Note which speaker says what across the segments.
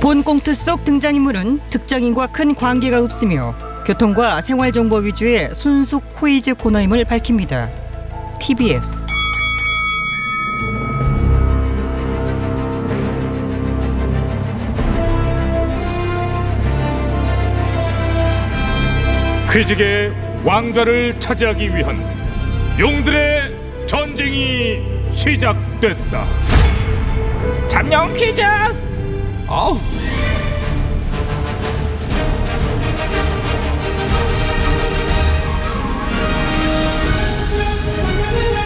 Speaker 1: 본 꽁트 속 등장인물은 특정인과 큰 관계가 없으며 교통과 생활정보 위주의 순수 코이즈 코너임을 밝힙니다. TBS
Speaker 2: 퀴즈계의 왕좌를 차지하기 위한 용들의 전쟁이 시작됐다.
Speaker 3: 잠룡 퀴즈 어우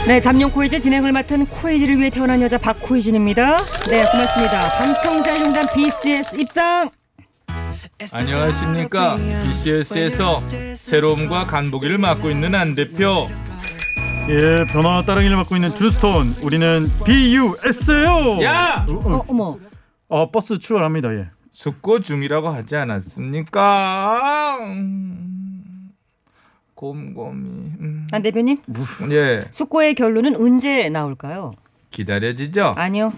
Speaker 1: 네, 잠룡 코이즈 진행을 맡은 코이즈를 위해 태어난 여자 박코이진입니다. 네, 고맙습니다. 방청자 용단 BCS 입장!
Speaker 4: 안녕하십니까. BCS에서 새로움과 간보기를 맡고 있는 안 대표.
Speaker 5: 예, 변화와 따릉이를 맡고 있는 드루스톤. 우리는 BUS예요.
Speaker 4: 야!
Speaker 1: 어, 어머.
Speaker 5: 어, 버스 출발합니다. 예.
Speaker 4: 숙고 중이라고 하지 않았습니까? 음, 곰곰이. 음,
Speaker 1: 안 대표님,
Speaker 4: 예,
Speaker 1: 숙고의 결론은 언제 나올까요?
Speaker 4: 기다려지죠?
Speaker 1: 아니요.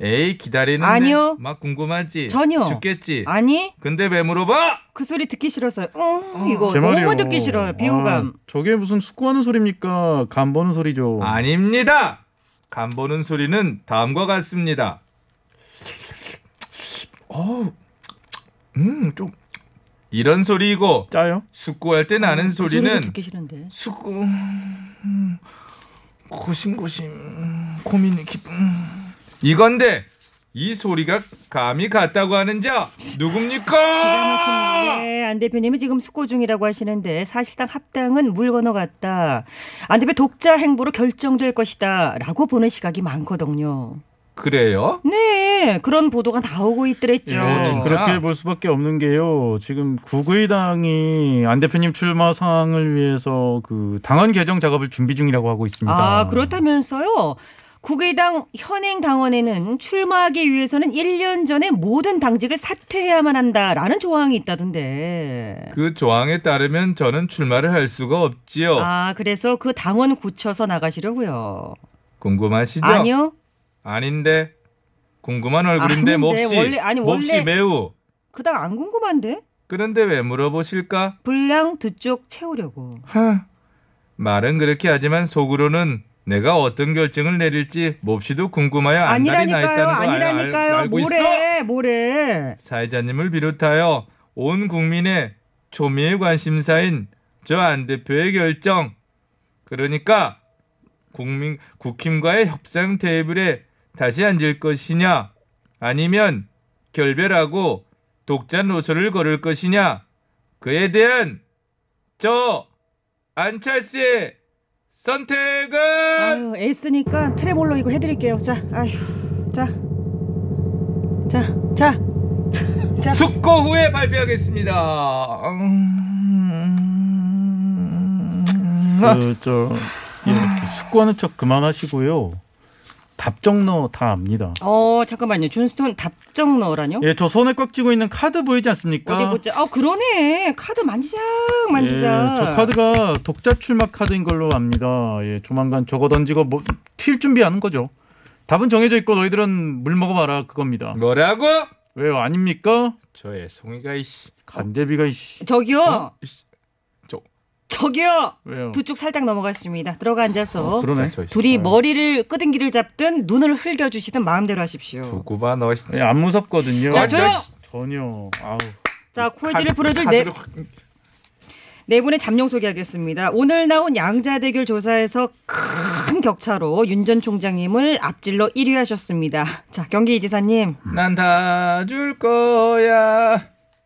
Speaker 4: 에이, 기다리는데.
Speaker 1: 아니요.
Speaker 4: 막 궁금하지?
Speaker 1: 전혀.
Speaker 4: 죽겠지?
Speaker 1: 아니,
Speaker 4: 근데 왜 물어봐?
Speaker 1: 그 소리 듣기 싫어서요. 어, 이거
Speaker 5: 제 말이요.
Speaker 1: 너무 듣기 싫어요. 비호감.
Speaker 5: 아, 저게 무슨 숙고하는 소리입니까? 간 보는 소리죠.
Speaker 4: 아닙니다. 간 보는 소리는 다음과 같습니다. 어우, 음, 좀 이런 소리이고
Speaker 5: 짜요?
Speaker 4: 숙고할 때 나는
Speaker 1: 그 소리가
Speaker 4: 소리는
Speaker 1: 듣기 싫은데.
Speaker 4: 숙고 음, 고심고심 음, 고민이 깊은 음. 이건데 이 소리가 감이 같다고 하는 자 누굽니까?
Speaker 1: 네, 안 대표님은 지금 숙고 중이라고 하시는데 사실상 합당은 물 건너갔다. 안 대표 독자 행보로 결정될 것이다라고 보는 시각이 많거든요.
Speaker 4: 그래요?
Speaker 1: 네, 그런 보도가 나오고 있더랬죠.
Speaker 5: 예,
Speaker 4: 진짜?
Speaker 5: 그렇게 볼 수밖에 없는 게요. 지금 국의당이 안 대표님 출마 상황을 위해서 그 당헌 개정 작업을 준비 중이라고 하고 있습니다.
Speaker 1: 아, 그렇다면서요. 국의당 현행 당원에는 출마하기 위해서는 1년 전에 모든 당직을 사퇴해야만 한다라는 조항이 있다던데.
Speaker 4: 그 조항에 따르면 저는 출마를 할 수가 없지요.
Speaker 1: 아, 그래서 그 당원 고쳐서 나가시려고요.
Speaker 4: 궁금하시죠?
Speaker 1: 아니요.
Speaker 4: 아닌데 궁금한 얼굴인데
Speaker 1: 아닌데,
Speaker 4: 몹시
Speaker 1: 원래- 아니, 원래-
Speaker 4: 몹시 매우
Speaker 1: 그 당 안 궁금한데?
Speaker 4: 그런데 왜 물어보실까?
Speaker 1: 분량 두 쪽 채우려고.
Speaker 4: 하, 말은 그렇게 하지만 속으로는 내가 어떤 결정을 내릴지 몹시도 궁금하여 안달이 나
Speaker 1: 아니라니까요.
Speaker 4: 있다는 걸 알-
Speaker 1: 아니라니까요.
Speaker 4: 알, 고 있어.
Speaker 1: 뭐래? 뭐래?
Speaker 4: 사회자님을 비롯하여 온 국민의 초미의 관심사인 저 안 대표의 결정 그러니까 국민 국힘과의 협상 테이블에 다시 앉을 것이냐 아니면 결별하고 독자 노선을 걸을 것이냐 그에 대한 저 안철수의 선택은
Speaker 1: 아유, 애쓰니까 트레몰로 이거 해 드릴게요. 자. 아휴. 자. 자. 자.
Speaker 4: 숙고 후에 발표하겠습니다. 음.
Speaker 5: 그저 숙고하는 척 그만하시고요. 답정너 다 압니다.
Speaker 1: 어, 잠깐만요. 준스톤 답정 넣으라뇨?
Speaker 5: 예, 저 손에 꽉 쥐고 있는 카드 보이지 않습니까?
Speaker 1: 어디 보자. 아, 그러네. 카드 만지작 만지작.
Speaker 5: 예, 저 카드가 독자 출마 카드인 걸로 압니다. 예, 조만간 저거 던지고 뭐, 튈 준비하는 거죠. 답은 정해져 있고 너희들은 물 먹어봐라 그겁니다.
Speaker 4: 뭐라고?
Speaker 5: 왜요? 아닙니까?
Speaker 4: 저 애송이가 이씨.
Speaker 5: 간제비가 이씨
Speaker 1: 저기요.
Speaker 4: 이씨. 저-
Speaker 1: 저기요.
Speaker 5: 왜요?
Speaker 1: 두 쪽 살짝 넘어갔습니다. 들어가 앉아서
Speaker 5: 그러네.
Speaker 4: 저 이씨.
Speaker 1: 둘이 뭐- 머리를 끄댕기를 잡든 눈을 흘겨 주시든 마음대로 하십시오.
Speaker 4: 두고 봐 너.
Speaker 5: 예, 안 무섭거든요.
Speaker 1: 자, 저요.
Speaker 5: 전혀. 아우.
Speaker 1: 자, 코이즈를 풀어줄 네, 네 분의 잠룡 소개하겠습니다. 오늘 나온 양자 대결 조사에서 큰 격차로 윤 전 총장님을 앞질러 1위 하셨습니다. 자, 경기 이지사님.
Speaker 4: 난다 줄 거야.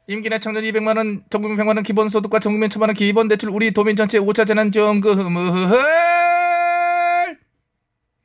Speaker 4: 임기나 청년 200만 원, 전국민 100만 원 기본 소득과 전국민 1000만 원 기본 대출 우리 도민 전체 5차 재난 지원금을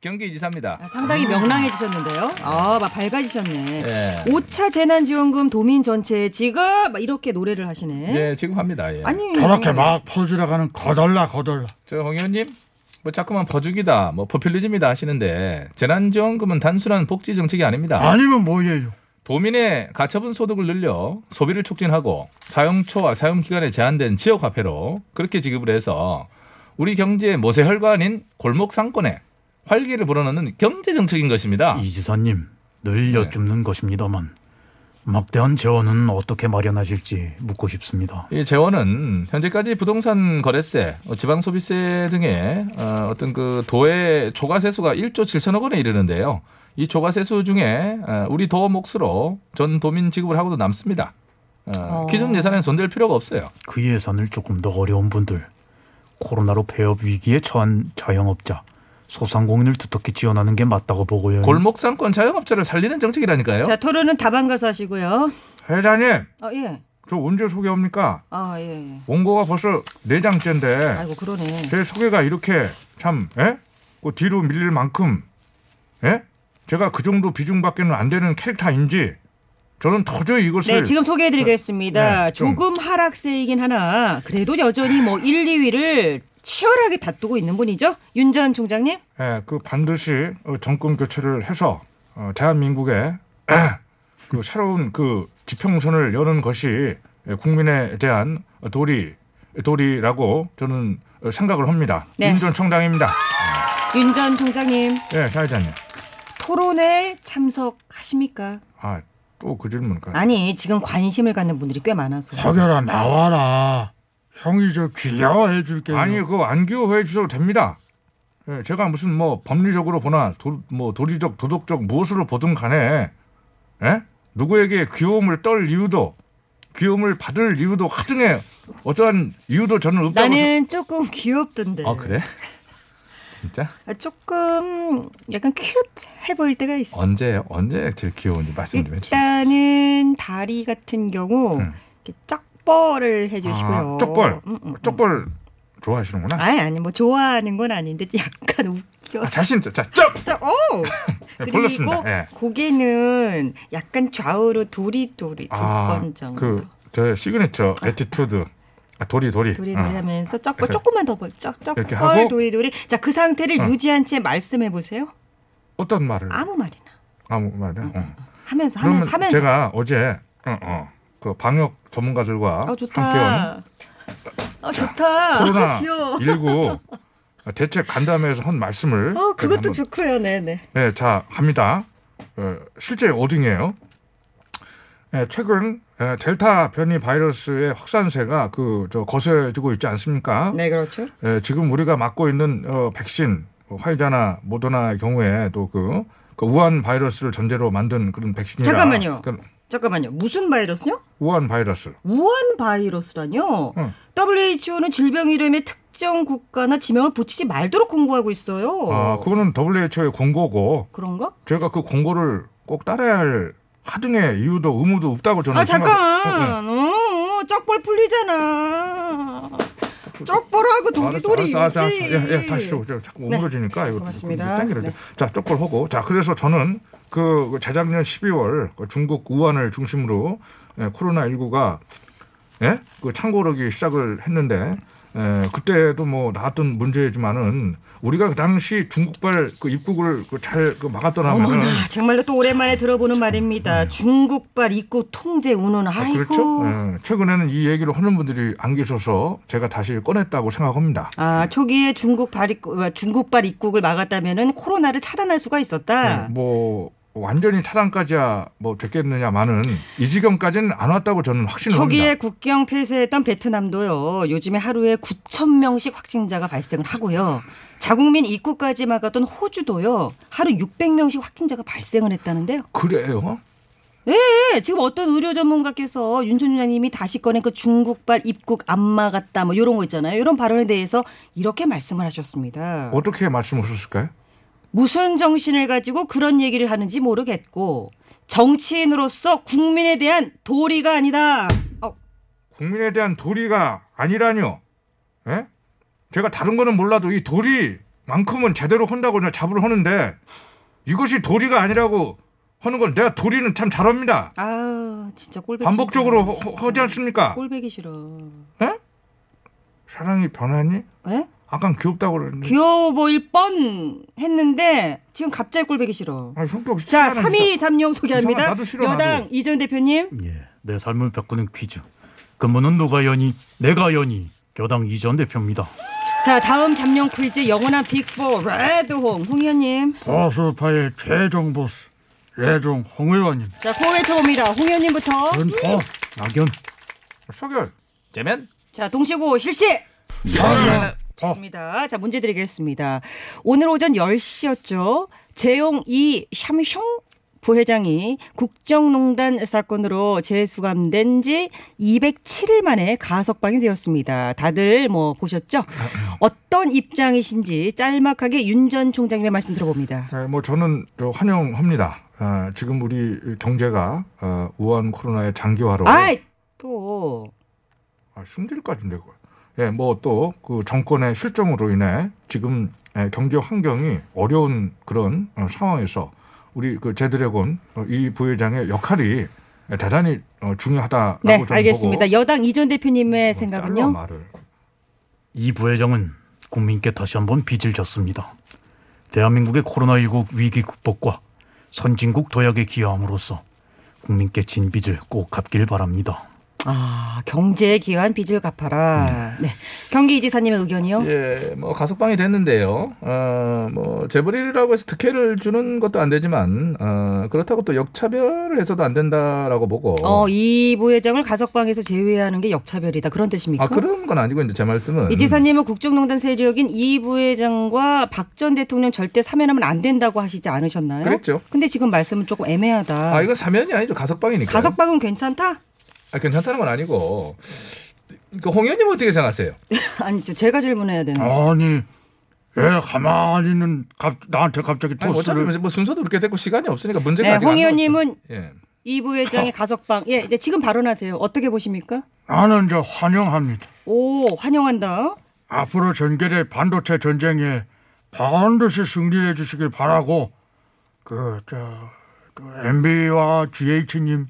Speaker 4: 경기 이지사입니다.
Speaker 1: 아, 상당히 명랑해지셨는데요. 아, 막 밝아지셨네.
Speaker 4: 예.
Speaker 1: 5차 재난지원금 도민 전체 지급 막 이렇게 노래를 하시네.
Speaker 4: 예, 지금 합니다. 예.
Speaker 1: 아니
Speaker 5: 막 퍼주라 가는 거덜라 거덜라.
Speaker 4: 저 홍의원님 뭐 자꾸만 버죽이다 뭐 포퓰리즘이다 하시는데 재난지원금은 단순한 복지 정책이 아닙니다
Speaker 5: 아니면 뭐예요?
Speaker 4: 도민의 가처분 소득을 늘려 소비를 촉진하고 사용초와 사용기간에 제한된 지역화폐로 그렇게 지급을 해서 우리 경제의 모세혈관인 골목상권에 활기를 불어넣는 경제정책인 것입니다
Speaker 6: 네.
Speaker 5: 이지사님 늘 여쭙는 것입니다만 막대한 재원은 어떻게 마련하실지 묻고 싶습니다.
Speaker 4: 이 재원은 현재까지 부동산 거래세, 어, 지방 소비세 등의 어, 어떤 그 도의 초과세수가 1조 7천억 원에 이르는데요. 이 초과세수 중에 어, 우리 도 몫으로 전 도민 지급을 하고도 남습니다. 어,
Speaker 1: 어.
Speaker 4: 기존 예산에는 손댈 필요가 없어요.
Speaker 5: 그 예산을 조금 더 어려운 분들, 코로나로 폐업 위기에 처한 자영업자, 소상공인을 두텁게 지원하는 게 맞다고 보고요.
Speaker 4: 네. 골목상권 자영업자를 살리는 정책이라니까요.
Speaker 1: 자, 토론은 다방 가서 하시고요.
Speaker 7: 회장님,
Speaker 1: 아, 예.
Speaker 7: 저 언제 소개합니까?
Speaker 1: 아, 예. 예.
Speaker 7: 원고가 벌써 네장째인데
Speaker 1: 아이고, 그러네.
Speaker 7: 제 소개가 이렇게 참, 예? 그 뒤로 밀릴 만큼, 예? 제가 그 정도 비중밖에는 안 되는 캐릭터인지 저는 도저히 이것을
Speaker 1: 네, 지금 소개해드리겠습니다.
Speaker 7: 네, 좀.
Speaker 4: 음.
Speaker 1: 조금 하락세이긴 하나, 그래도 여전히 뭐 1, 2위를 치열하게 다투고 있는 분이죠? 윤 전 총장님?
Speaker 7: 예, 그 반드시 어, 정권 교체를 해서 어, 대한민국의 그 새로운 그 지평선을 여는 것이 예, 국민에 대한 도리 도리라고 저는 어, 생각을 합니다.
Speaker 1: 네.
Speaker 7: 윤 전 총장입니다.
Speaker 1: 윤 전 총장님,
Speaker 7: 예, 사회자님.
Speaker 1: 토론에 참석하십니까?
Speaker 7: 아, 또 그
Speaker 4: 네.
Speaker 7: 질문까지.
Speaker 1: 아니, 지금 관심을 갖는 분들이 꽤 많아서.
Speaker 6: 하별아 나와라. 형이 저 귀여워해 줄게.
Speaker 1: 네.
Speaker 7: 아니, 그거 안 기호해 주셔도 됩니다. 예, 제가 무슨 뭐 법리적으로 보나 도, 뭐 도리적 도덕적 무엇으로 보든 간에 예? 누구에게 귀여움을 떨 이유도 귀여움을 받을 이유도 하등의 어떠한 이유도 저는 없다고 생각-
Speaker 1: 나는 조금 귀엽던데.
Speaker 4: 아 그래? 진짜?
Speaker 1: 아, 조금 약간 큐트해 보일 때가 있어.
Speaker 4: 언제 언제 제일 귀여운지 말씀 좀 해주세요. 음.
Speaker 1: 일단은 다리 같은 경우 이렇게 쩍벌을 해주시고요.
Speaker 7: 아, 쪽벌.
Speaker 1: 음, 음.
Speaker 7: 쪽벌 좋아하시는구나.
Speaker 1: 아니 아니 뭐 좋아하는 건 아닌데 약간 웃겨.
Speaker 7: 아, 자신 있죠. 자, 쪽.
Speaker 1: 자, 오!
Speaker 7: 네,
Speaker 1: 그리고
Speaker 7: 불렀습니다. 예.
Speaker 1: 고개는 약간 좌우로 도리도리 두 번 정도.
Speaker 7: 아, 그저 그 시그니처 에티튜드. 아, 도리 도리.
Speaker 1: 도리도리
Speaker 7: 어.
Speaker 1: 하면서 쩍벌
Speaker 7: 이렇게.
Speaker 1: 조금만 더 벌, 쩍, 쩍,
Speaker 7: 이렇게
Speaker 1: 벌,
Speaker 7: 하고. 어.
Speaker 1: 도리도리. 자, 그 상태를 유지한 채 말씀해 보세요.
Speaker 7: 어떤 말을
Speaker 1: 아무 말이나.
Speaker 7: 아무 말이야. 어.
Speaker 1: 하면서,
Speaker 7: 그러면
Speaker 1: 하면서, 하면서.
Speaker 7: 제가 어제 어, 어, 그 방역 전문가들과
Speaker 1: 어, 좋다.
Speaker 7: 함께한
Speaker 1: 어, 좋다.
Speaker 7: 코로나
Speaker 1: 귀여워.
Speaker 7: 19 대책 간담회에서 한 말씀을
Speaker 1: 어,
Speaker 7: 제가
Speaker 1: 그것도
Speaker 7: 한번
Speaker 1: 좋고요. 네네.
Speaker 7: 네, 자 합니다. 어, 실제 5등이에요. 예, 최근 에, 델타 변이 바이러스의 확산세가 그저 거세지고 있지 않습니까?
Speaker 1: 네, 그렇죠.
Speaker 7: 예, 지금 우리가 맞고 있는 어, 백신 어, 화이자나 모더나의 경우에 또그 그 우한 바이러스를 전제로 만든 그런 백신이라
Speaker 1: 잠깐만요.
Speaker 7: 그런
Speaker 1: 잠깐만요. 무슨 바이러스요?
Speaker 7: 우한 바이러스
Speaker 1: 우한 바이러스라뇨?
Speaker 7: 응.
Speaker 1: WHO는 질병 이름에 특정 국가나 지명을 붙이지 말도록 공고하고 있어요.
Speaker 7: 아, 그거는 WHO의 공고고
Speaker 1: 그런가?
Speaker 7: 제가 그 공고를 꼭 따라야 할 하등의 이유도 의무도 없다고 저는
Speaker 1: 아
Speaker 7: 생각- 어, 네.
Speaker 1: 잠깐. 어, 쩍벌 풀리잖아. 쩍벌하고
Speaker 7: 알았어,
Speaker 1: 도리도리
Speaker 7: 알았어, 알았어,
Speaker 1: 유지.
Speaker 7: 알았어. 예, 예, 다시 줘. 저 자꾸
Speaker 1: 네.
Speaker 7: 오므러지니까 이거
Speaker 1: 고맙습니다.
Speaker 7: 땡기려.
Speaker 1: 네.
Speaker 7: 자, 쪽벌 하고. 자, 그래서 저는 그 재작년 12월 그 중국 우한을 중심으로 예, 코로나 19가 예? 그 창고르기 시작을 했는데 예, 그때도 뭐 나왔던 문제지만은 우리가 그 당시 중국발 그 입국을 그 잘 그 막았더라면은
Speaker 1: 어머나 정말로 또 오랜만에 들어보는 말입니다. 중국발 입국 통제 운운
Speaker 7: 네. 아,
Speaker 1: 아이고.
Speaker 7: 그렇죠. 예, 최근에는 이 얘기를 하는 분들이 안 계셔서 제가 다시 꺼냈다고 생각합니다.
Speaker 1: 아 초기에 중국 발 입국, 와, 중국발 입국을 막았다면은 코로나를 차단할 수가 있었다.
Speaker 7: 네, 뭐 완전히 타당까지야 뭐 됐겠느냐마는 이 지경까지는 안 왔다고 저는 확신을
Speaker 1: 초기에
Speaker 7: 합니다.
Speaker 1: 국경 폐쇄했던 베트남도요. 요즘에 하루에 9천 명씩 확진자가 발생을 하고요. 자국민 입국까지 막았던 호주도요. 하루 600명씩 확진자가 발생을 했다는데요.
Speaker 7: 그래요?
Speaker 1: 예, 지금 어떤 의료 전문가께서 윤천 원장님이 다시 꺼낸 그 중국발 입국 안 막았다 뭐 이런 거 있잖아요. 이런 발언에 대해서 이렇게 말씀을 하셨습니다.
Speaker 7: 어떻게 말씀하셨을까요?
Speaker 1: 무슨 정신을 가지고 그런 얘기를 하는지 모르겠고 정치인으로서 국민에 대한 도리가 아니다. 어,
Speaker 7: 국민에 대한 도리가 아니라뇨. 예? 제가 다른 거는 몰라도 이 도리만큼은 제대로 한다고 내가 잡을 하는데 이것이 도리가 아니라고 하는 건 내가 도리는 참 잘합니다.
Speaker 1: 아, 진짜 꼴
Speaker 7: 반복적으로 허, 허-
Speaker 1: 음.
Speaker 7: 하지 않습니까?
Speaker 1: 꼴배기 싫어.
Speaker 7: 사랑이 변하니?
Speaker 1: 예?
Speaker 7: 아까 귀엽다고 그랬는데.
Speaker 1: 귀여워 보일 뻔 했는데 지금 갑자기 꼴배기 싫어.
Speaker 7: 아, 성격
Speaker 1: 자,
Speaker 7: 진짜
Speaker 1: 3위 3용 소개합니다.
Speaker 7: 이상하다. 나도 싫어,
Speaker 1: 여당
Speaker 7: 나도.
Speaker 1: 이전 대표님.
Speaker 5: 예, 내 삶을 바꾸는 퀴즈. 근무는 누가 연이? 내가 연이. 여당 이전 대표입니다.
Speaker 1: 자, 다음 잠룡 퀴즈 영원한 빅4 레드홍 홍현님.
Speaker 6: 보수파의 최종 보스 예종 홍 의원님.
Speaker 1: 자, 코 외쳐봅니다. 홍 의원님부터.
Speaker 6: 전, 어,
Speaker 5: 낙연.
Speaker 7: 소결.
Speaker 4: 재면
Speaker 1: 자, 동시고 실시!
Speaker 7: 네.
Speaker 6: 사면. 어.
Speaker 1: 있습니다. 자, 문제 드리겠습니다. 오늘 오전 10시였죠. 재용 이 샴숑 부회장이 국정농단 사건으로 재수감된 지 207일 만에 가석방이 되었습니다. 다들 뭐 보셨죠? 어떤 입장이신지 짤막하게 윤 전 총장님의 말씀 들어봅니다.
Speaker 7: 예, 뭐 저는 저 환영합니다. 아, 지금 우리 경제가 어, 우한 코로나의 장기화로
Speaker 1: 아이! 또.
Speaker 7: 아, 승질까지인데 그걸. 예, 뭐 또 그 정권의 실정으로 인해 지금 예, 경제 환경이 어려운 그런 어, 상황에서 우리 그 제드래곤 어, 이 부회장의 역할이 예, 대단히 어, 중요하다라고
Speaker 1: 네,
Speaker 7: 저는
Speaker 1: 알겠습니다.
Speaker 7: 보고
Speaker 1: 여당 이전 대표님의
Speaker 7: 뭐 잘라,
Speaker 1: 생각은요?
Speaker 7: 말을.
Speaker 5: 이 부회장은 음, 국민께 다시 한번 빚을 졌습니다. 대한민국의 코로나19 위기 극복과 선진국 도약에 기여함으로써 국민께 진 빚을 꼭 갚길 바랍니다.
Speaker 1: 아, 경제에 기여한 빚을 갚아라. 네. 경기 이지사님의 의견이요?
Speaker 4: 음. 예, 뭐 가석방이 됐는데요. 어, 뭐 재벌이라고 해서 특혜를 주는 것도 안 되지만 어, 그렇다고 또 역차별을 해서도 안 된다라고 보고.
Speaker 1: 어, 이 부회장을 가석방에서 제외하는 게 역차별이다. 그런 뜻입니까?
Speaker 4: 아 그런 건 아니고 이제 제 말씀은
Speaker 1: 이 지사님은 국정농단 세력인 이 부회장과 박 전 대통령 절대 사면하면 안 된다고 하시지 않으셨나요?
Speaker 4: 그랬죠.
Speaker 1: 근데 지금 말씀은 조금 애매하다.
Speaker 4: 아 이건 사면이 아니죠 가석방이니까.
Speaker 1: 가석방은 괜찮다?
Speaker 4: 아, 괜찮다는 건 아니고. 그홍 의원님 어떻게 생각하세요?
Speaker 1: 아니, 저 제가 질문해야 되는데.
Speaker 6: 아니, 왜 가만히는 갑, 나한테 갑자기
Speaker 4: 아니, 어차피
Speaker 6: 토스를.
Speaker 4: 뭐 순서도 그렇게 됐고 시간이 없으니까 문제가
Speaker 1: 네,
Speaker 4: 아직
Speaker 1: 홍
Speaker 4: 안
Speaker 1: 의원님은
Speaker 4: 나왔어요. 예.
Speaker 1: 이 부회장의 가석방. 예, 이제 지금 발언하세요. 어떻게 보십니까?
Speaker 6: 나는 저 환영합니다.
Speaker 1: 오, 환영한다.
Speaker 6: 앞으로 전개될 반도체 전쟁에 반드시 승리해 주시길 바라고 그저 MB와 GH님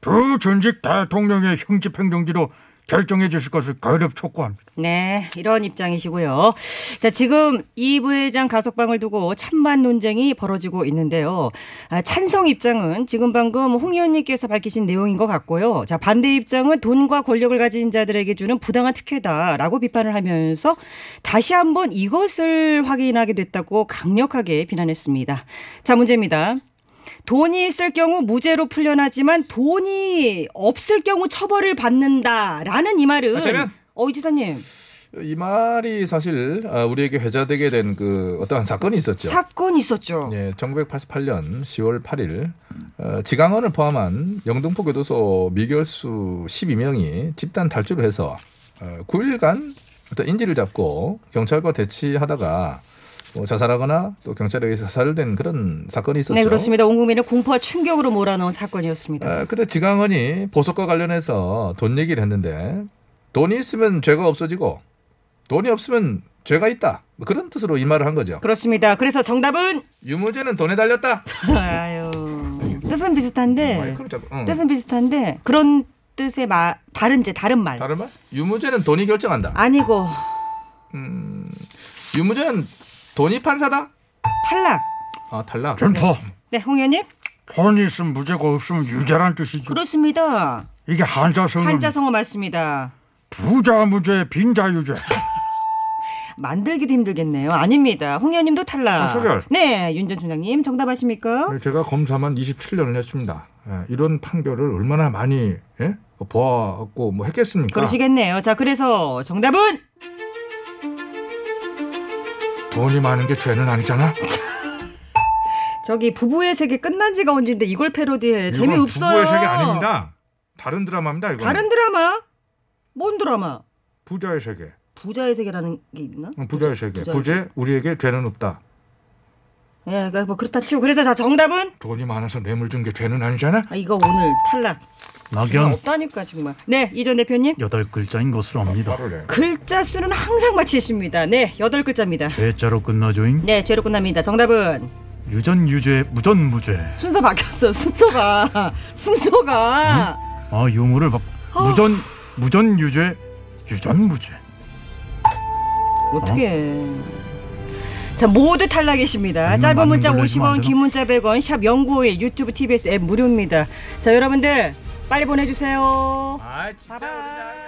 Speaker 6: 두 전직 대통령의 형집 행정지로 결정해 주실 것을 거듭 촉구합니다.
Speaker 1: 네, 이런 입장이시고요. 자, 지금 이 부회장 가석방을 두고 찬반 논쟁이 벌어지고 있는데요. 아, 찬성 입장은 지금 방금 홍 의원님께서 밝히신 내용인 것 같고요. 자, 반대 입장은 돈과 권력을 가진 자들에게 주는 부당한 특혜다라고 비판을 하면서 다시 한번 이것을 확인하게 됐다고 강력하게 비난했습니다. 자, 문제입니다. 돈이 있을 경우 무죄로 풀려나지만 돈이 없을 경우 처벌을 받는다라는 이 말은
Speaker 4: 아, 재면.
Speaker 1: 어, 이지사님.
Speaker 4: 이 말이 사실 아, 우리에게 회자되게 된 그 어떠한 사건이 있었죠.
Speaker 1: 사건이 있었죠.
Speaker 4: 예, 1988년 10월 8일 어, 지강원을 포함한 영등포 교도소 미결수 12명이 집단 탈주를 해서 어, 9일간 어떤 인질을 잡고 경찰과 대치하다가 뭐 자살하거나 또 경찰에 의해서 사살된 그런 사건이 있었죠.
Speaker 1: 네, 그렇습니다. 온 국민을 공포와 충격으로 몰아넣은 사건이었습니다.
Speaker 4: 아, 그때 지강원이 보석과 관련해서 돈 얘기를 했는데 돈이 있으면 죄가 없어지고 돈이 없으면 죄가 있다. 뭐 그런 뜻으로 이 말을 한 거죠.
Speaker 1: 그렇습니다. 그래서 정답은
Speaker 4: 유무죄는 돈에 달렸다. 아,
Speaker 1: 아유. 뜻은 비슷한데
Speaker 4: 마이크를 잡고, 응.
Speaker 1: 뜻은 비슷한데 그런 뜻의 마, 다른 제 다른 말.
Speaker 4: 다른 말? 유무죄는 돈이 결정한다.
Speaker 1: 아니고
Speaker 4: 유무죄는 돈이 판사다?
Speaker 1: 탈락.
Speaker 4: 아 탈락.
Speaker 6: 전포
Speaker 1: 네, 홍 의원님.
Speaker 6: 돈이 있으면 무죄고 없으면 유죄란 뜻이죠.
Speaker 1: 그렇습니다.
Speaker 6: 이게 한자성은
Speaker 1: 한자 성어 맞습니다.
Speaker 6: 부자 무죄 빈자 유죄.
Speaker 1: 만들기도 힘들겠네요. 아닙니다. 홍 의원님도 탈락.
Speaker 7: 아, 소결.
Speaker 1: 네, 윤전 총장님 정답하십니까?
Speaker 7: 네, 제가 검사만 27년을 했습니다. 예, 이런 판결을 얼마나 많이 예? 보았고 뭐 했겠습니까?
Speaker 1: 그러시겠네요. 자, 그래서 정답은
Speaker 7: 돈이 많은 게 죄는 아니잖아.
Speaker 1: 저기 부부의 세계 끝난 지가 언젠데 이걸 패러디해
Speaker 7: 이건
Speaker 1: 네, 재미없어요.
Speaker 7: 부부의 세계 아닙니다. 다른 드라마입니다. 이거
Speaker 1: 다른 드라마? 뭔 드라마?
Speaker 7: 부자의 세계.
Speaker 1: 부자의 세계라는 게 있나?
Speaker 7: 응, 어, 부자의 세계.
Speaker 1: 부자-
Speaker 7: 부재 우리에게 죄는 없다.
Speaker 1: 예, 그러니까 뭐 그렇다 치고 그래서 자 정답은
Speaker 7: 돈이 많아서 뇌물 준 게 죄는 아니잖아.
Speaker 1: 아, 이거 오늘 탈락.
Speaker 5: 낙연
Speaker 1: 없다니까 정말. 네, 이전 대표님.
Speaker 5: 여덟 글자인 것으로 압니다.
Speaker 7: 바로 내.
Speaker 1: 글자 수는 항상 맞히십니다. 네, 여덟 글자입니다.
Speaker 5: 죄자로 끝나죠잉.
Speaker 1: 네, 죄로 끝납니다. 정답은
Speaker 5: 유전 유죄 무전 무죄.
Speaker 1: 순서 바뀌었어. 순서가 순서가
Speaker 5: 아 유무를 막 무전 무전 유죄 유전 무죄.
Speaker 1: 어떻게? 자 모두 탈락이십니다.
Speaker 5: 이건
Speaker 1: 짧은
Speaker 5: 맞는
Speaker 1: 문자
Speaker 5: 걸로 해주면 안
Speaker 1: 50원,
Speaker 5: 되나?
Speaker 1: 긴 문자 100원, 샵 연구일 유튜브 TBS 앱 무료입니다. 자 여러분들 빨리 보내주세요.
Speaker 4: 아 진짜.
Speaker 1: 바이바이.